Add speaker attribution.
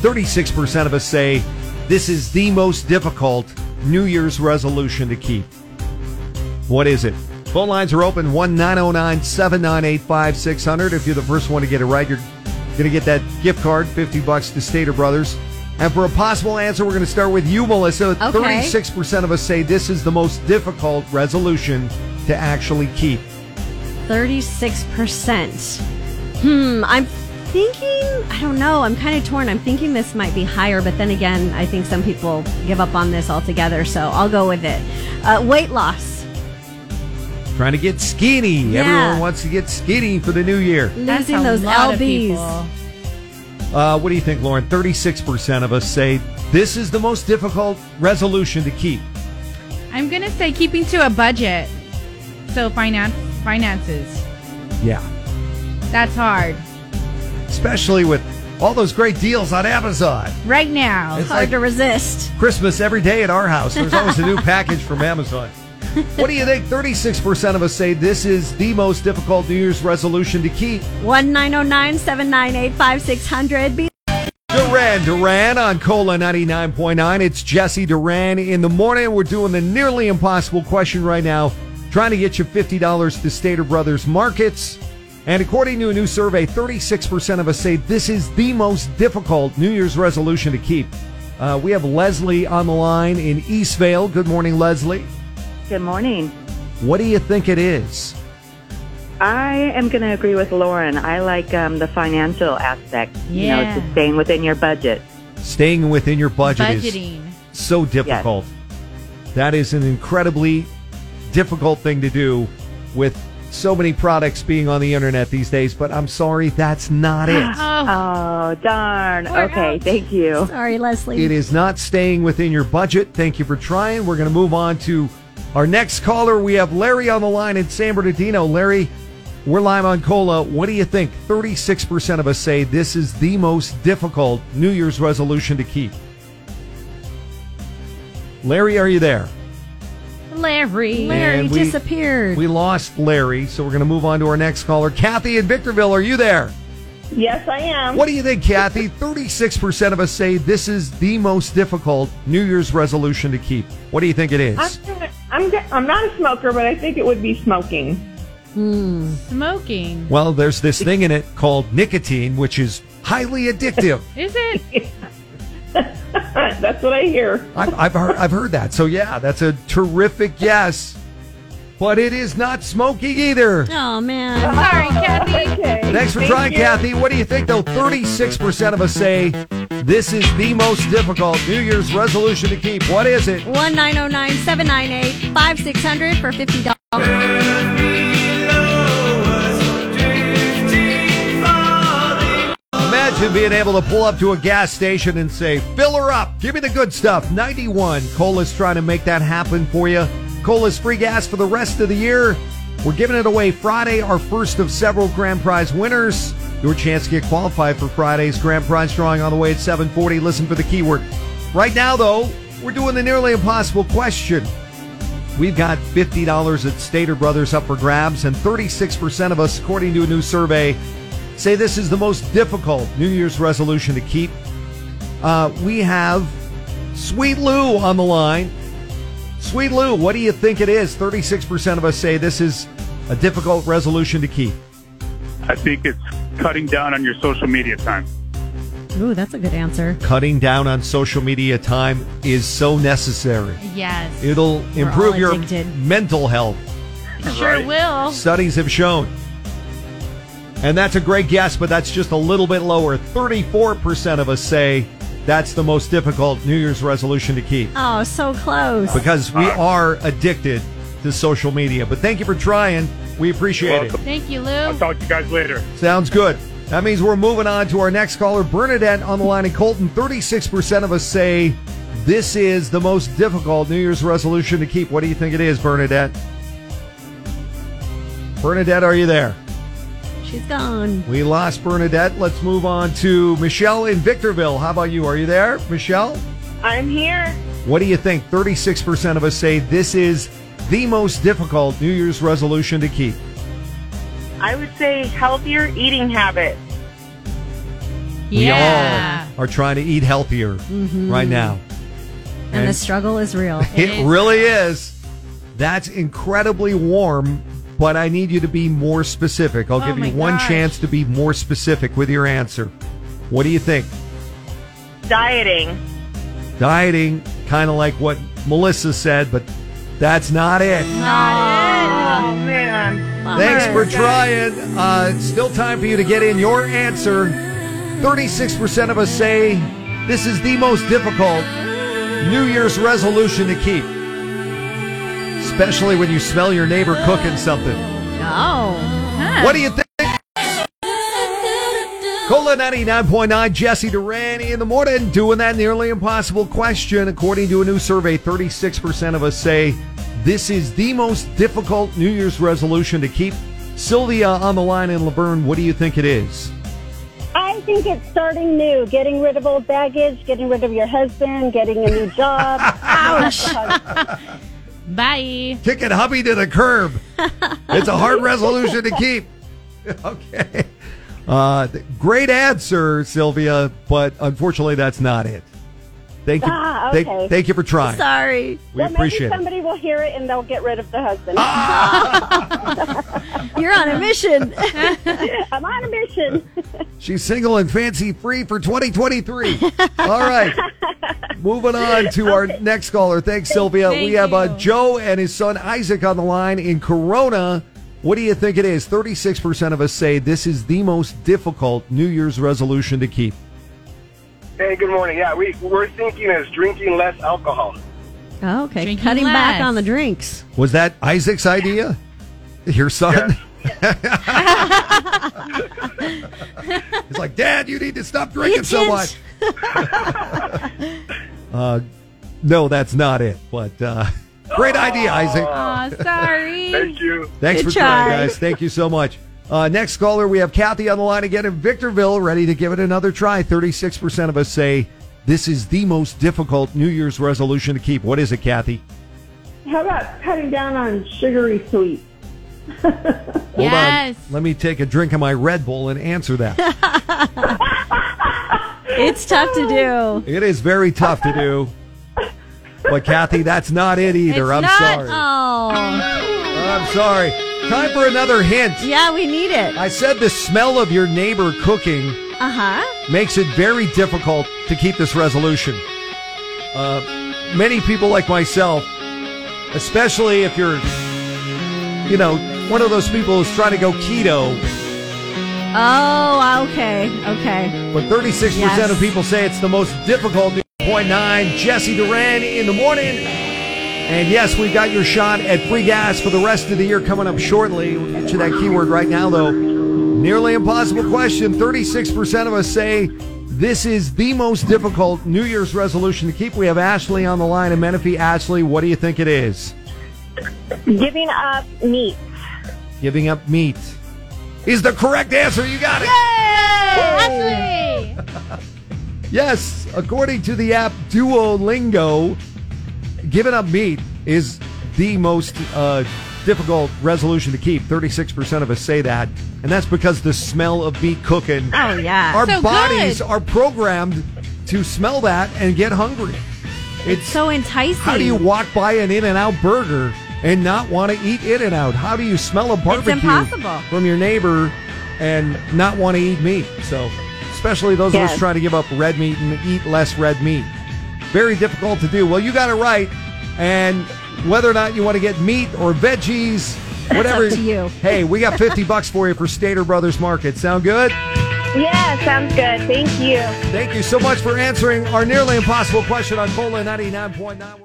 Speaker 1: 36% of us say this is the most difficult New Year's resolution to keep. What is it? Phone lines are open oh 1 909 798 5600. If you're the first one to get it right, you're going to get that gift card, 50 bucks to Stater Brothers. And for a possible answer, we're going to start with you, Melissa.
Speaker 2: Okay.
Speaker 1: 36% of us say this is the most difficult resolution to actually keep.
Speaker 2: 36%. Hmm, I'm thinking, I don't know, I'm kind of torn. I'm thinking this might be higher, but then again, I think some people give up on this altogether, so I'll go with it. Uh, weight loss.
Speaker 1: Trying to get skinny.
Speaker 2: Yeah.
Speaker 1: Everyone wants to get skinny for the new year.
Speaker 2: Losing those LBs.
Speaker 1: Uh, what do you think, Lauren? 36% of us say this is the most difficult resolution to keep.
Speaker 3: I'm gonna say keeping to a budget. So finance finances.
Speaker 1: Yeah.
Speaker 3: That's hard.
Speaker 1: Especially with all those great deals on Amazon.
Speaker 3: Right now.
Speaker 1: It's
Speaker 2: Hard
Speaker 1: like
Speaker 2: to resist.
Speaker 1: Christmas every day at our house. There's always a new package from Amazon. What do you think? 36% of us say this is the most difficult New Year's resolution to keep.
Speaker 2: 1 798 5600. Be
Speaker 1: Duran Duran on Cola 99.9. It's Jesse Duran in the morning. We're doing the nearly impossible question right now, trying to get you $50 to Stater Brothers Markets. And according to a new survey, 36% of us say this is the most difficult New Year's resolution to keep. Uh, we have Leslie on the line in Eastvale. Good morning, Leslie.
Speaker 4: Good morning.
Speaker 1: What do you think it is?
Speaker 4: I am going to agree with Lauren. I like um, the financial aspect.
Speaker 3: Yeah.
Speaker 4: You know, just staying within your budget.
Speaker 1: Staying within your budget is
Speaker 3: Budgeting.
Speaker 1: so difficult. That is an incredibly difficult thing to do with so many products being on the internet these days, but I'm sorry, that's not it.
Speaker 3: Oh,
Speaker 4: Oh, darn. okay,
Speaker 3: out.
Speaker 4: thank you.
Speaker 2: Sorry, Leslie.
Speaker 1: it is not staying within your budget. Thank you for trying. We're going to move on to our next caller. We have Larry on the line in San Bernardino. Larry, we're live on Cola. What do you think? 36% of us say this is the most difficult New Year's resolution to keep. Larry, are you there?
Speaker 3: Larry.
Speaker 2: Larry
Speaker 1: And we-
Speaker 2: disappeared.
Speaker 1: We lost Larry, so we're going to move on to our next caller. Kathy in Victorville, are you there?
Speaker 5: Yes, I am.
Speaker 1: What do you think, Kathy? 36% of us say this is the most difficult New Year's resolution to keep. What do you think it
Speaker 5: I'm,
Speaker 1: is?
Speaker 5: gonna- I'm, go- I'm not a smoker, but I think it would be smoking.
Speaker 3: Smoking.
Speaker 1: Well, there's this thing in it called nicotine, which is highly addictive.
Speaker 3: Is it?
Speaker 5: That's what I hear.
Speaker 1: I've, I've, heard, I've heard that. So, yeah, that's a terrific guess. But it is not smoking either.
Speaker 2: oh, man.
Speaker 3: Sorry, Kathy.
Speaker 5: Okay.
Speaker 1: Thanks for
Speaker 5: Thank
Speaker 1: trying,
Speaker 5: you.
Speaker 1: Kathy. What do you think, though? 36% of us say this is the most difficult New Year's resolution to keep. What is it?
Speaker 2: 1 798 5600 for $50.
Speaker 1: Imagine being able to pull up to a gas station and say, fill her up, give me the good stuff. 91. Cola's trying to make that happen for you. Cola's free gas for the rest of the year. We're giving it away Friday, our first of several grand prize winners. Your chance to get qualified for Friday's grand prize drawing on the way at 740. Listen for the keyword. Right now, though, we're doing the nearly impossible question. We've got $50 at Stater Brothers up for grabs, and 36% of us, according to a new survey, say this is the most difficult New Year's resolution to keep. Uh, we have Sweet Lou on the line. Sweet Lou, what do you think it is? 36% of us say this is a difficult resolution to keep.
Speaker 6: I think it's cutting down on your social media time.
Speaker 2: Ooh, that's a good answer.
Speaker 1: Cutting down on social media time is so necessary.
Speaker 3: Yes.
Speaker 1: It'll improve
Speaker 2: all
Speaker 1: your
Speaker 2: addicted. Oh.
Speaker 1: mental health.
Speaker 3: sure
Speaker 6: Right.
Speaker 3: will.
Speaker 1: studies have shown. And that's a great guess, but that's just a little bit lower. 34% of us say that's the most difficult New Year's resolution to keep
Speaker 2: Oh, so close.
Speaker 1: because we are addicted to social media. But thank you for trying. We appreciate it.
Speaker 6: Welcome.
Speaker 3: Thank you,
Speaker 6: I'll
Speaker 3: Lou.
Speaker 6: talk to you guys later.
Speaker 1: Sounds good. That means we're moving on to our next caller, Bernadette on the line in Colton. 36% of us say this is the most difficult New Year's resolution to keep. What do you think it is, Bernadette? Bernadette, are you there?
Speaker 2: She's gone.
Speaker 1: We lost Bernadette. Let's move on to Michelle in Victorville. How about you? Are you there, Michelle?
Speaker 5: I'm here.
Speaker 1: What do you think? 36% of us say this is the most difficult New Year's resolution to keep.
Speaker 5: I would say healthier eating habit.
Speaker 1: We all
Speaker 3: Yeah.
Speaker 1: are trying to eat healthier right now.
Speaker 2: And the struggle is real.
Speaker 1: It
Speaker 3: is.
Speaker 1: really is. That's incredibly warm, but I need you to be more specific. I'll
Speaker 3: Oh
Speaker 1: give
Speaker 3: my
Speaker 1: you one
Speaker 3: gosh.
Speaker 1: chance to be more specific with your answer. What do you think?
Speaker 5: Dieting.
Speaker 1: Dieting, kind of like what Melissa said, but that's not it.
Speaker 5: Oh, man.
Speaker 1: Thanks for trying. Uh, it's still time for you to get in your answer. 36% of us say this is the most difficult New Year's resolution to keep, especially when you smell your neighbor cooking something.
Speaker 2: Oh.
Speaker 1: What do you think? Cola 99.9, Jesse Durani in the morning, doing that nearly impossible question. According to a new survey, 36% of us say this is the most difficult New Year's resolution to keep. Sylvia on the line in Laverne, what do you think it is?
Speaker 7: I think it's starting new, getting rid of old baggage, getting rid of your husband, getting a new job.
Speaker 3: Bye.
Speaker 1: Kicking hubby to the curb. it's a hard resolution to keep. Okay. Uh, th- great answer, Sylvia, but unfortunately, that's not it. Thank you.
Speaker 7: Ah,
Speaker 1: thank-
Speaker 7: okay.
Speaker 1: thank, you for trying.
Speaker 2: Sorry.
Speaker 1: We
Speaker 7: Well,
Speaker 1: appreciate
Speaker 7: maybe
Speaker 1: it. Ah!
Speaker 7: somebody will hear it and they'll get rid of the husband.
Speaker 2: You're on a mission.
Speaker 7: I'm on a mission.
Speaker 1: She's single and fancy free for 2023. All right. Moving on to our next caller. Thanks, Sylvia. we
Speaker 3: Thank
Speaker 1: have uh,
Speaker 3: you.
Speaker 1: Joe and his son Isaac on the line in Corona. What do you think it is? 36% of us say this is the most difficult New Year's resolution to keep.
Speaker 8: Hey, good morning. Yeah, we we're thinking is drinking less alcohol.
Speaker 2: Oh, okay.
Speaker 3: Drinking
Speaker 2: Cutting back
Speaker 3: less.
Speaker 2: on the drinks.
Speaker 1: Was that Isaac's idea? Your son? He's like, Dad, you need to stop drinking so
Speaker 2: Idiot.
Speaker 1: much. uh, no, that's not it. But uh, great idea, Isaac.
Speaker 3: Oh, sorry.
Speaker 8: Thank you.
Speaker 1: Thanks
Speaker 2: Good
Speaker 1: for trying,
Speaker 2: try.
Speaker 1: guys. Thank you so much. Uh, next caller, we have Kathy on the line again in Victorville, ready to give it another try. 36% of us say this is the most difficult New Year's resolution to keep. What is it, Kathy?
Speaker 5: How about cutting down on sugary sweets?
Speaker 1: Hold
Speaker 3: Yes.
Speaker 1: on. Let me take a drink of my Red Bull and answer that.
Speaker 2: It's tough to do.
Speaker 1: it is very tough to do. But Kathy, that's not it either.
Speaker 3: It's
Speaker 1: I'm
Speaker 3: not-
Speaker 1: sorry.
Speaker 2: Oh.
Speaker 1: I'm sorry. Time for another hint.
Speaker 2: Yeah, we need it.
Speaker 1: I said the smell of your neighbor cooking
Speaker 2: Uh huh.
Speaker 1: makes it very difficult to keep this resolution. Uh, many people like myself, especially if you're, you know, one of those people who's trying to go keto,
Speaker 2: Oh, okay. Okay.
Speaker 1: but 36% of
Speaker 2: Yes.
Speaker 1: people say it's the most difficult. 0.9, Jesse Duran in the morning. And yes, we've got your shot at free gas for the rest of the year coming up shortly. We'll get you that keyword right now, though. Nearly impossible question. 36% of us say this is the most difficult New Year's resolution to keep. We have Ashley on the line in Menifee. Ashley, what do you think it is?
Speaker 7: Giving up meat.
Speaker 1: Giving up meat is the correct answer. You got it.
Speaker 3: Ashley.
Speaker 1: Yes, according to the app Duolingo, giving up meat is the most uh, difficult resolution to keep. 36% of us say that. And that's because the smell of meat cooking.
Speaker 2: Oh, yeah.
Speaker 1: Our
Speaker 3: So
Speaker 1: bodies
Speaker 3: good.
Speaker 1: are programmed to smell that and get hungry. It's,
Speaker 2: so enticing.
Speaker 1: How do you walk by an In N Out burger and not want to eat In N Out? How do you smell a barbecue
Speaker 2: impossible.
Speaker 1: from your neighbor and not want to eat meat? So, especially those of us
Speaker 7: Yes.
Speaker 1: trying to give up red meat and eat less red meat. Very difficult to do. Well, you got it right. And whether or not you want to get meat or veggies, whatever.
Speaker 2: to you.
Speaker 1: Hey, we got 50 bucks for you for Stater Brothers Market. Sound good?
Speaker 7: Yeah, sounds good. Thank you.
Speaker 1: Thank you so much for answering our nearly impossible question on Cola 99.9.